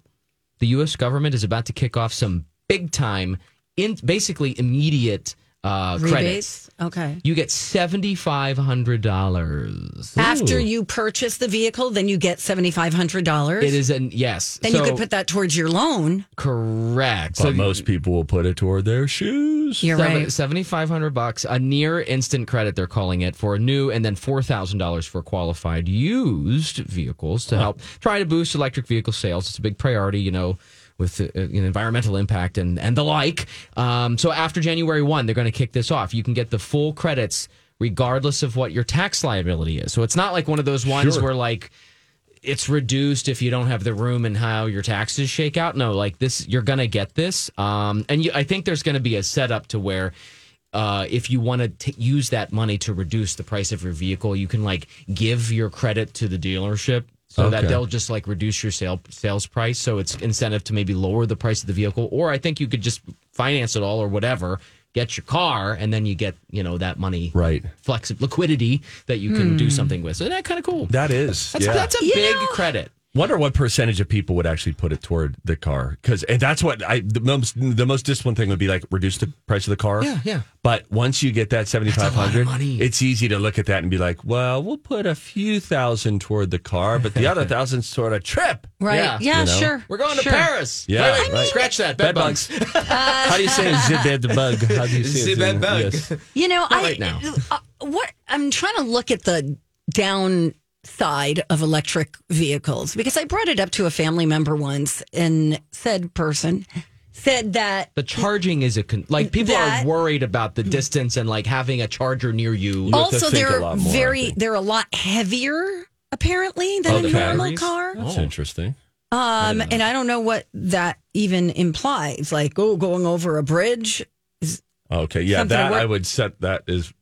S13: the U.S. government is about to kick off some big time, in basically immediate uh, credits.
S1: Rebates. Okay.
S13: You get seventy five hundred dollars
S1: After you purchase the vehicle, then you get seventy five hundred dollars.
S13: It is an yes.
S1: Then
S13: So-
S1: you could put that towards your loan.
S13: correct.
S2: But most people will put it toward their shoes.
S1: You're right.
S13: Seventy five hundred bucks, a near instant credit they're calling it for a new, and then four thousand dollars for qualified used vehicles to help try to boost electric vehicle sales. It's a big priority, you know, with uh, you know, environmental impact and and the like. Um, so after January one, they're going to kick this off. You can get the full credits regardless of what your tax liability is. So it's not like one of those ones
S2: Sure.
S13: where like it's reduced if you don't have the room and how your taxes shake out. No, like this, you're gonna get this. Um, and you, I think there's gonna be a setup to where. Uh, if you want to use that money to reduce the price of your vehicle, you can like give your credit to the dealership so that
S2: Okay.
S13: they'll just like reduce your sale sales price. So it's incentive to maybe lower the price of the vehicle, or I think you could just finance it all or whatever, get your car, and then you get you know that money
S2: Right.
S13: flexi- liquidity that you can do
S2: Hmm.
S13: something with. So isn't that kind of cool?
S2: That is.
S13: That's,
S2: yeah.
S13: that's a
S2: You
S13: big credit.
S2: Wonder what percentage of people would actually put it toward the car because that's what I the most the most disciplined thing would be like reduce the price of the car.
S13: Yeah, yeah.
S2: But once you get that seventy five hundred, it's easy to look at that and be like, well, we'll put a few thousand toward the car, but the
S13: [LAUGHS]
S2: other thousand's toward a trip.
S1: Right. Yeah,
S2: You know?
S1: sure.
S13: We're going to
S1: Sure.
S13: Paris.
S2: Yeah,
S13: Wait, wait,
S2: right.
S13: Scratch that. Bed,
S2: Bed bugs. [LAUGHS]
S13: bugs.
S2: How do you
S13: [LAUGHS]
S2: say zip bed the bug? How do you say
S13: Zip bed bug.
S2: Yes.
S1: You know, I
S2: right now.
S1: uh, what I'm trying to look at the downside of electric vehicles because I brought it up to a family member once, and said person said that
S13: The charging is a con- like people
S1: That-
S13: are worried about the distance and like having a charger near you.
S1: also they're very they're a lot heavier apparently
S2: Oh,
S1: than a normal car.
S13: Oh.
S2: That's interesting.
S1: Um, and I don't know what that even implies. Like, oh, going over a bridge.
S2: Okay, yeah,
S1: Something
S2: that
S1: wor-
S2: I would set that is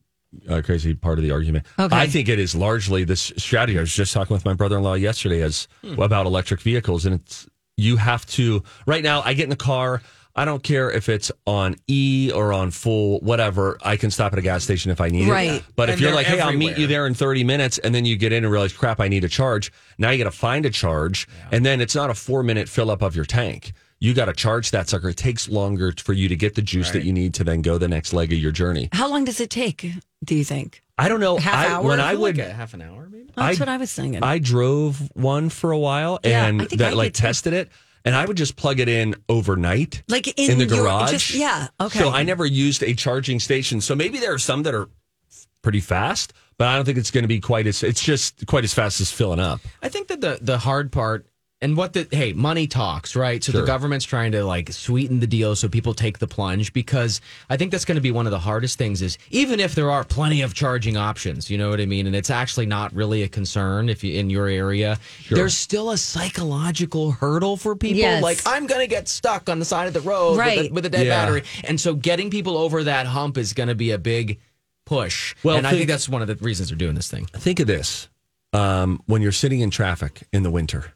S2: a crazy part of the argument.
S1: Okay.
S2: I think it is largely this strategy. I was just talking with my brother-in-law yesterday as
S1: Hmm.
S2: about electric vehicles, and it's you have to right now. I get in the car. I don't care if it's on E or on full, whatever. I can stop at a gas station if I need
S16: Right.
S2: it. But if
S16: And
S2: you're
S16: they're
S2: like, hey, I'll meet
S16: everywhere.
S2: you there in 30 minutes, and then you get in and realize, crap, I need a charge. Now you got to find a charge, and then it's not a four minute fill up of your tank. You got to charge that sucker. It takes longer for you to get the juice that you need to then go the next leg of your journey.
S1: How long does it take? Do you think?
S2: I don't know.
S1: Half
S2: I,
S1: hour?
S2: When
S1: I
S2: I
S1: feel
S2: would
S13: like a half an hour, maybe.
S1: That's what I was thinking.
S2: I drove one for a while
S1: Yeah, I
S2: and
S1: think I
S2: that
S1: did
S2: like
S1: too.
S2: tested it. and I would just plug it in overnight,
S1: Like in,
S2: the
S1: your-
S2: garage.
S1: just- yeah. Okay.
S2: So I never used a charging station. So maybe there are some that are pretty fast, but I don't think it's going to be quite as. It's just quite as fast as filling up.
S13: I think that the the hard part and what the hey money talks right so
S2: Sure.
S13: the government's trying to like sweeten the deal so people take the plunge because i think that's going to be one of the hardest things is even if there are plenty of charging options you know what i mean and it's actually not really a concern if you in your area there's still a psychological hurdle for people
S16: Yes.
S13: like i'm going to get stuck on the side of the road with a-
S16: Right.
S13: with, a, dead
S16: Yeah.
S13: battery and so getting people over that hump is going to be a big push well
S2: Well,
S13: and i think
S2: think-
S13: that's one of the reasons they're doing this thing
S2: Think of this um, when you're sitting in traffic in the winter,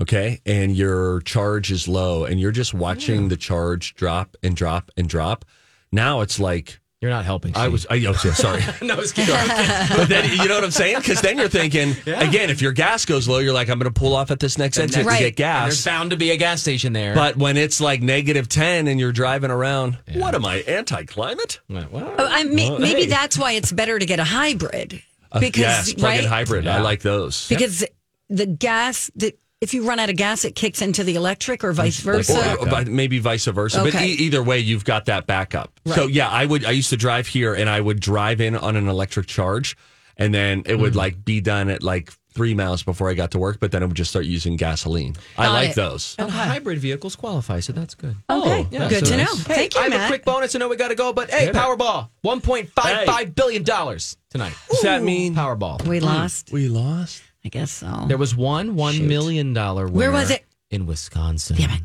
S2: okay, and your charge is low and you're just watching the charge drop and drop and drop. Now it's like,
S13: you're not helping.
S2: I was, I, oh, sorry.
S13: [LAUGHS] no it's
S16: [LAUGHS]
S2: but then you know what I'm saying? Because then you're [LAUGHS] thinking again, if your gas goes low, you're like, I'm going to pull off at this next
S13: The
S2: exit
S13: next-
S2: to get
S13: Right.
S2: gas.
S13: And there's bound to be a gas station there.
S2: But when it's like negative ten and you're driving around, what am I anti-climate?
S1: Oh, I may,
S2: Well,
S1: maybe
S2: hey.
S1: that's why it's better to get a hybrid
S2: Uh,
S1: because
S2: yes, plug-in
S1: right
S2: hybrid. I like those
S1: because the gas the, if you run out of gas it kicks into the electric or
S13: Oh,
S1: vice versa.
S2: Or, or vi- maybe vice versa. But
S1: Okay.
S2: e- either way, you've got that backup. So
S1: Right.
S2: yeah, I would. I used to drive here, and I would drive in on an electric charge, and then it would like be done at like three miles before I got to work. But then it would just start using gasoline. I
S13: Got
S2: like
S13: it.
S2: those.
S13: And hybrid vehicles qualify, so that's good. Oh,
S1: Okay. Good to know.
S13: Hey,
S1: Thank you,
S13: I have
S1: Matt.
S13: a quick bonus. I know we got to go, but hey,
S2: Hit it.
S13: Powerball, one point five five billion dollars tonight.
S2: Does that mean
S13: Powerball?
S1: We lost.
S2: We lost.
S1: I guess so.
S13: There was one one million dollar winner.
S1: Where was it?
S13: In Wisconsin. Yeah.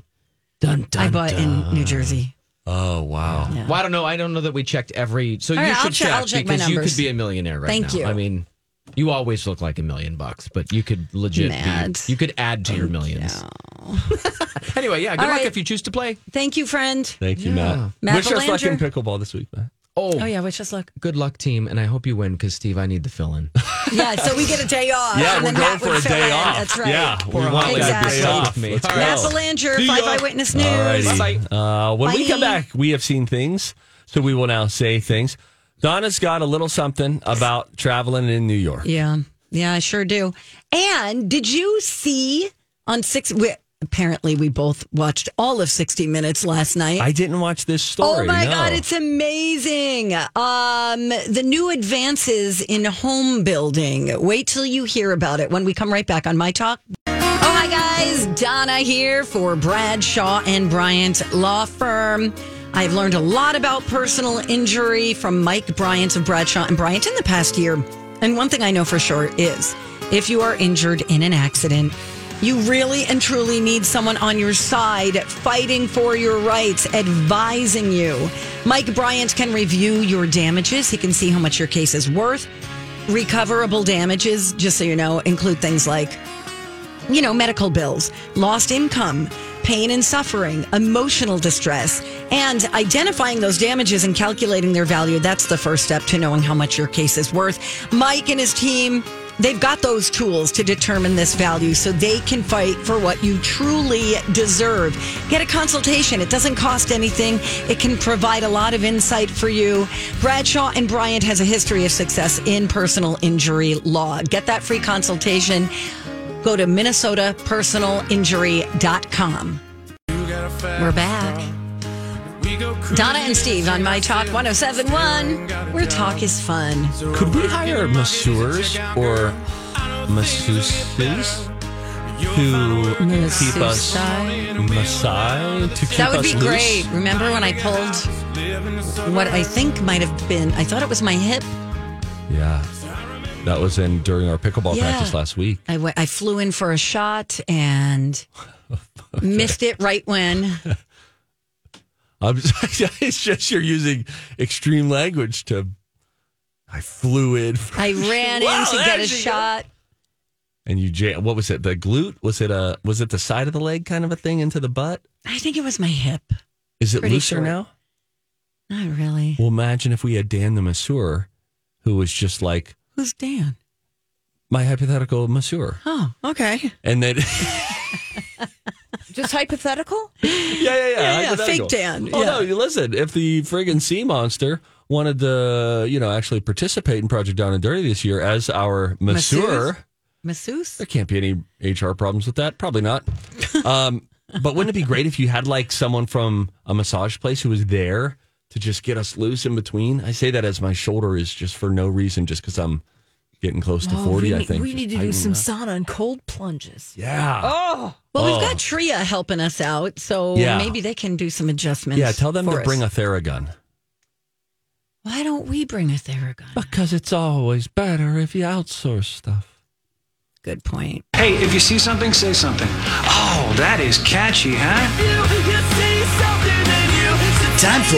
S13: Dun, dun,
S1: I bought in New Jersey.
S2: Oh wow.
S13: Well, I don't know. I don't know that we checked every. So
S1: All
S13: you
S1: right, I'll
S13: should
S1: check-
S13: check,
S1: I'll check my
S13: because you
S1: numbers.
S13: could be a millionaire right
S1: Thank
S13: now.
S1: you.
S13: I mean, you always look like a million bucks, but you could legit
S1: Mad.
S13: be. You could add to your millions. [LAUGHS] anyway, yeah. Good
S1: All
S13: luck
S1: right.
S13: if you choose to play.
S1: Thank you, friend.
S2: Thank you, Matt.
S1: Matt
S2: Wish us luck
S1: Belanger.
S2: in pickleball this week, Matt.
S13: Oh,
S1: Oh yeah, wish us luck.
S13: good luck, team, and I hope you win because Steve, I need the fill in.
S1: Yeah, so we get a
S13: [LAUGHS]
S1: day off.
S13: Yeah,
S1: Uh, and
S13: we're
S1: then
S13: going
S1: Matt
S13: for
S1: would
S13: a
S1: fill
S13: day
S1: in.
S13: off.
S1: That's right.
S2: Yeah, we
S13: Poor
S2: want to get
S1: exactly.
S2: day off. Let's go.
S1: Matt Belanger,
S2: See
S1: Five
S2: ya.
S1: Eyewitness News.
S2: Alrighty. Uh, when we
S1: Bye.
S2: come back, we have seen things, so we will now say things. Donna's got a little something about traveling in New York.
S1: Yeah, yeah, I sure do. And did you see on six? We, apparently, we both watched all of sixty Minutes last night.
S2: I didn't watch this story.
S1: Oh my
S2: no.
S1: God, it's amazing. Um, the new advances in home building. Wait till you hear about it when we come right back on My Talk. Oh, hi, guys. Donna here for Bradshaw and Bryant Law Firm. I've learned a lot about personal injury from Mike Bryant of Bradshaw and Bryant in the past year. And one thing I know for sure is if you are injured in an accident, you really and truly need someone on your side fighting for your rights, advising you. Mike Bryant can review your damages. He can see how much your case is worth. Recoverable damages, just so you know, include things like, you know, medical bills, lost income, pain and suffering, emotional distress, and identifying those damages and calculating their value. That's the first step to knowing how much your case is worth. Mike and his team they've got those tools to determine this value so they can fight for what you truly deserve. Get a consultation. It doesn't cost anything. It can provide a lot of insight for you. Bradshaw and Bryant has a history of success in personal injury law. Get that free consultation. Go to minnesotapersonalinjury.com. We're back. Donna and Steve on My Talk 1071, where talk is fun.
S2: Could we hire masseurs or masseuses to keep us massage to keep
S1: That would
S2: us
S1: be
S2: loose?
S1: great. Remember when I pulled what I think might have been, I thought it was my hip.
S2: Yeah, that was in during our pickleball
S1: Yeah.
S2: practice last week.
S1: I went- I flew in for a shot
S2: [LAUGHS]
S1: and missed it right when.
S2: I'm [LAUGHS] it's just you're using extreme language to. I flew in,
S1: I ran
S16: Wow,
S1: in to get a
S16: there's you go.
S1: shot.
S2: and you jam. What was it? The glute? Was it a? Was it the side of the leg kind of a thing into the butt?
S1: I think it was my hip.
S2: Is it
S1: Pretty
S2: looser
S1: sure.
S2: now?
S1: Not really.
S2: Well, imagine if we had Dan the masseur, who was just like
S1: Who's Dan?
S2: my hypothetical masseur,
S1: Oh,
S2: [LAUGHS]
S1: okay.
S2: and then
S3: Just hypothetical?
S2: yeah, yeah, yeah,
S3: Yeah, yeah, fake
S2: hypothetical.
S3: Dan,
S2: Oh
S3: yeah.
S2: no, you listen. If the friggin' sea monster wanted to, you know, actually participate in Project Down and Dirty this year as our masseur,
S1: Masseuse?
S2: there can't be any HR problems with that. Probably not. Um, But wouldn't it be great if you had like someone from a massage place who was there to just get us loose in between? I say that as my shoulder is just for no reason, just because I'm getting close to
S4: Oh,
S2: 40,
S4: we
S2: I
S4: need-
S2: think.
S4: we
S2: Just
S4: need to do
S2: tightening
S4: some
S2: up.
S4: sauna and cold plunges.
S2: Yeah.
S4: Oh,
S1: Well,
S2: Oh.
S1: we've got Tria helping us out, so
S2: Yeah.
S1: maybe they can do some adjustments.
S2: Yeah, tell them
S1: for
S2: to
S1: us.
S2: bring a Theragun.
S1: Why don't we bring a Theragun?
S2: Because it's always better if you outsource stuff.
S1: Good point.
S16: Hey, if you see something, say something. Oh, that is catchy, huh?
S15: Time for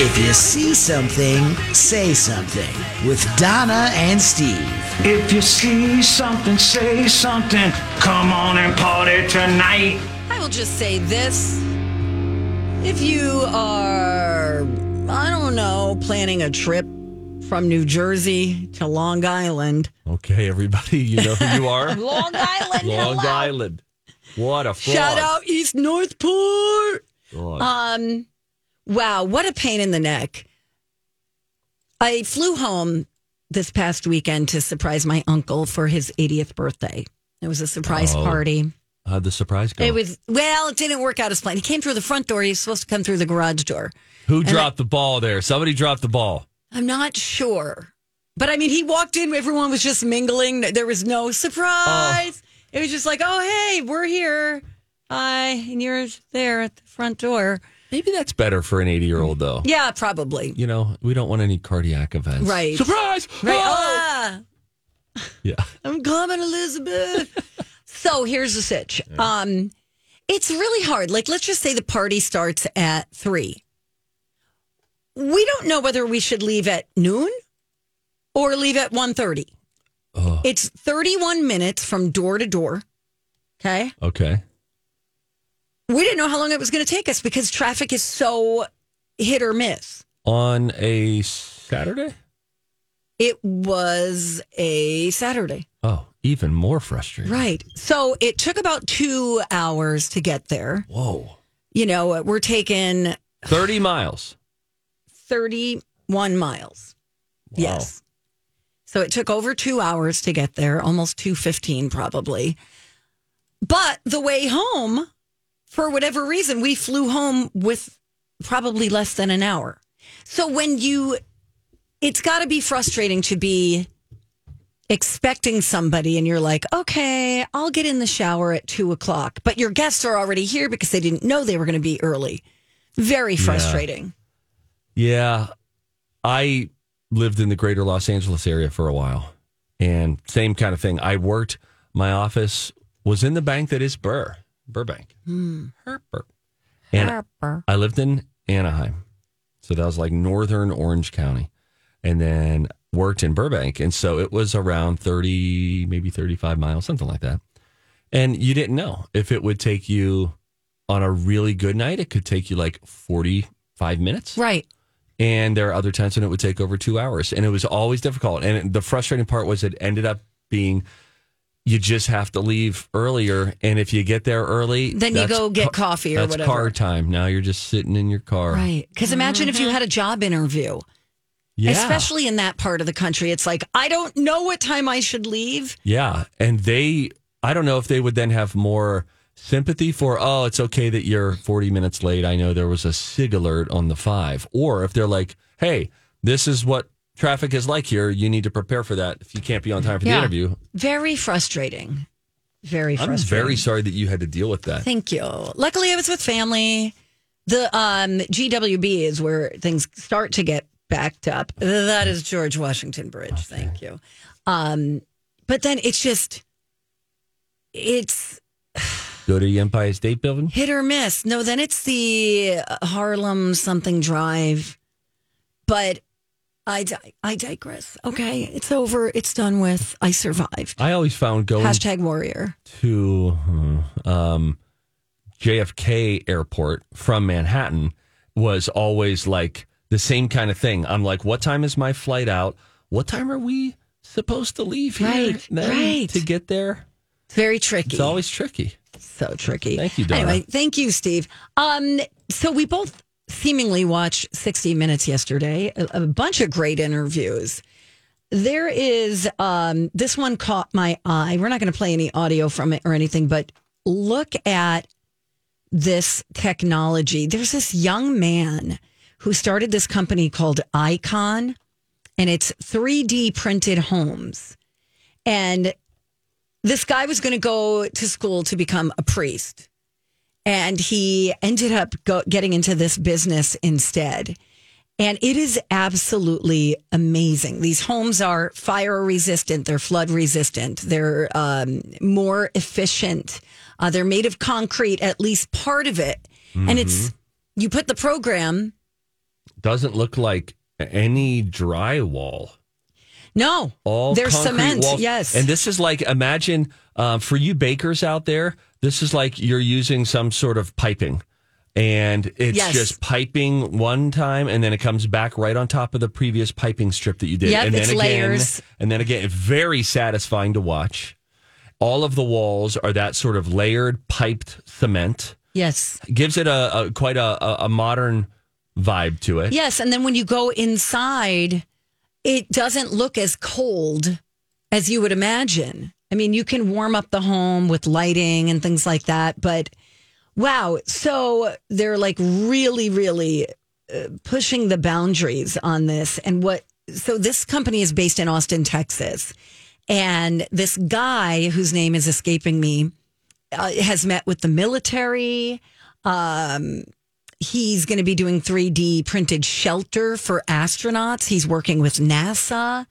S15: If You See Something, Say Something with Donna and Steve.
S16: If you see something, say something. Come on and party tonight.
S1: I will just say this. If you are, I don't know, planning a trip from New Jersey to Long Island,
S2: Okay, everybody, you know who you
S1: [LAUGHS]
S2: are?
S1: Long Island,
S2: [LAUGHS] Long
S1: hello.
S2: Island. What a fraud.
S1: shout out East Northport.
S2: God.
S1: Um, wow, what a pain in the neck. I flew home this past weekend to surprise my uncle for his 80th birthday. It was a surprise
S2: Oh.
S1: party.
S2: How'd the surprise go?
S1: It was well, it didn't work out as planned. He came through the front door. He was supposed to come through the garage door.
S2: who dropped the ball there? Somebody dropped the ball.
S1: I'm not sure. But I mean, he walked in, everyone was just mingling. There was no surprise. It was just like, oh, hey, we're here. Hi, and you're there at the front door.
S2: Maybe that's better for an 80 year old, though.
S1: Yeah, probably.
S2: You know, we don't want any cardiac events.
S1: Right.
S2: Surprise!
S1: Right. Ah,
S2: Yeah.
S1: I'm coming, [LAUGHS] Elizabeth. so here's the sitch. Um, it's really hard. Like, let's just say the party starts at three. We don't know whether we should leave at noon or leave at 1.30. It's 31 minutes from door to door. Okay.
S2: Okay.
S1: We didn't know how long it was going to take us because traffic is so hit or miss.
S2: On a Saturday?
S1: It was a Saturday.
S2: Oh, even more frustrating.
S1: Right. So it took about two hours to get there.
S2: Whoa.
S1: You know, we're taking
S2: 30 miles.
S1: 31 miles. Yes. So it took over two hours to get there, almost 215 probably. But the way home, for whatever reason, we flew home with probably less than an hour. So when you, it's got to be frustrating to be expecting somebody and you're like, okay, I'll get in the shower at two o'clock, but your guests are already here because they didn't know they were going to be early. Very
S2: Yeah.
S1: frustrating.
S2: Yeah. I lived in the greater Los Angeles area for a while. And same kind of thing. I worked, my office was in the bank that is Burr, Burbank. Harper. And
S1: Harper.
S2: I lived in Anaheim. So that was like northern Orange County. And then worked in Burbank. And so it was around 30, maybe 35 miles, something like that. And you didn't know if it would take you on a really good night, it could take you like 45 minutes.
S1: Right.
S2: And there are other times when it would take over two hours. And it was always difficult. And the frustrating part was it ended up being you just have to leave earlier. And if you get there early,
S1: Then you
S2: that's
S1: go get
S2: ca-
S1: coffee or
S2: that's
S1: whatever.
S2: car time. Now you're just sitting in your car.
S1: Right. Because imagine if you had a job interview,
S2: Mm-hmm. Yeah.
S1: especially in that part of the country. It's like, I don't know what time I should leave.
S2: Yeah. And they, I don't know if they would then have more sympathy for, oh, it's okay that you're 40 minutes late. I know there was a SIG alert on the five. Or if they're like, hey, this is what traffic is like here. You need to prepare for that. If you can't be on time for the interview,
S1: Very frustrating. Very
S2: I'm
S1: frustrating.
S2: very sorry that you had to deal with that.
S1: Thank you. Luckily, I was with family. The um, GWB is where things start to get backed up. That is George Washington Bridge. Thank you. Um, but then it's just, it's
S2: Go to the Empire State Building.
S1: Hit or miss. No, then it's the uh, Harlem something drive. But I, di- I digress. Okay. It's over. It's done with. I survived.
S2: I always found going
S1: Hashtag warrior.
S2: to um, JFK Airport from Manhattan was always like the same kind of thing. I'm like, what time is my flight out? What time are we supposed to leave here
S1: Right,
S2: then
S1: right.
S2: to get there?
S1: It's very tricky.
S2: It's always tricky.
S1: So tricky.
S2: Thank you, Donna.
S1: Anyway, thank you, Steve. Um, so we both seemingly watched 60 Minutes yesterday, a, a bunch of great interviews. There is um, this one caught my eye. We're not going to play any audio from it or anything, but look at this technology. There's this young man who started this company called Icon, and it's 3D printed homes. And this guy was going to go to school to become a priest and he ended up go- getting into this business instead and it is absolutely amazing these homes are fire resistant they're flood resistant they're um, more efficient uh, they're made of concrete at least part of it and it's
S2: Mhm.
S1: you put the program
S2: Doesn't look like any drywall.
S1: no
S2: All
S1: there's
S2: concrete
S1: cement
S2: walls.
S1: yes
S2: And this is like imagine um, for you bakers out there. This is like you're using some sort of piping, and it's
S1: Yes.
S2: just piping one time, and then it comes back right on top of the previous piping strip that you did.
S1: Yep,
S2: and then
S1: it's
S2: again,
S1: layers.
S2: and then again, very satisfying to watch. All of the walls are that sort of layered piped cement.
S1: yes
S2: Gives it a, a quite a, a, a modern vibe to it.
S1: Yes, and then when you go inside, it doesn't look as cold as you would imagine. I mean, you can warm up the home with lighting and things like that, but wow. So they're like really, really uh, pushing the boundaries on this. And what, so this company is based in Austin, Texas. And this guy whose name is escaping me uh, has met with the military. Um, he's going to be doing 3D printed shelter for astronauts. He's working with NASA.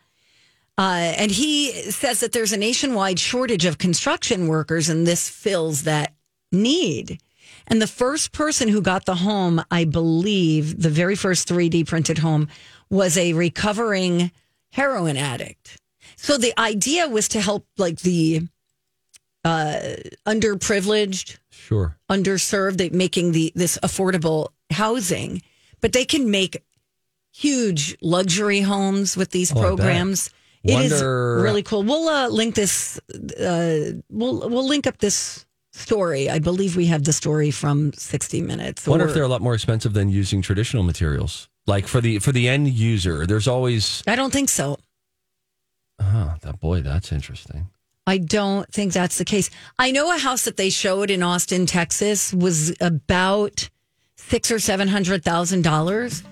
S1: Uh, and he says that there's a nationwide shortage of construction workers, and this fills that need. And the first person who got the home, I believe, the very first 3D printed home was a recovering heroin addict. So the idea was to help like the uh, underprivileged
S2: Sure.
S1: underserved at making the this affordable housing but they can make huge luxury homes with these
S2: Oh, I bet.
S1: programs it is
S2: Wonder-
S1: really cool we'll uh, link this uh, we'll we'll link up this story i believe we have the story from 60 minutes
S2: wonder
S1: or-
S2: if they're a lot more expensive than using traditional materials. Like for the for the end user, there's always
S1: i don't think so
S2: oh that boy, that's interesting.
S1: I don't think that's the case. I know a house that they showed in Austin, Texas was about six or seven hundred thousand dollars,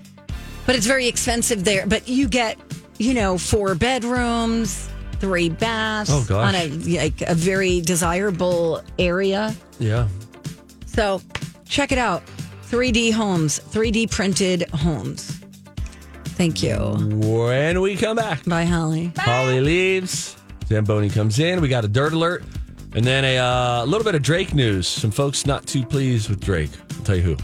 S1: but it's very expensive there. But you get, you know, four bedrooms, three baths
S2: Oh, gosh.
S1: on a like a very desirable area.
S2: Yeah.
S1: So check it out. 3D homes, 3D printed homes. Thank you.
S2: When we come back.
S1: Bye, Holly.
S2: Holly leaves. Zamboni comes in. We got a dirt alert. And then a uh, little bit of Drake news. Some folks not too pleased with Drake. I'll tell you who.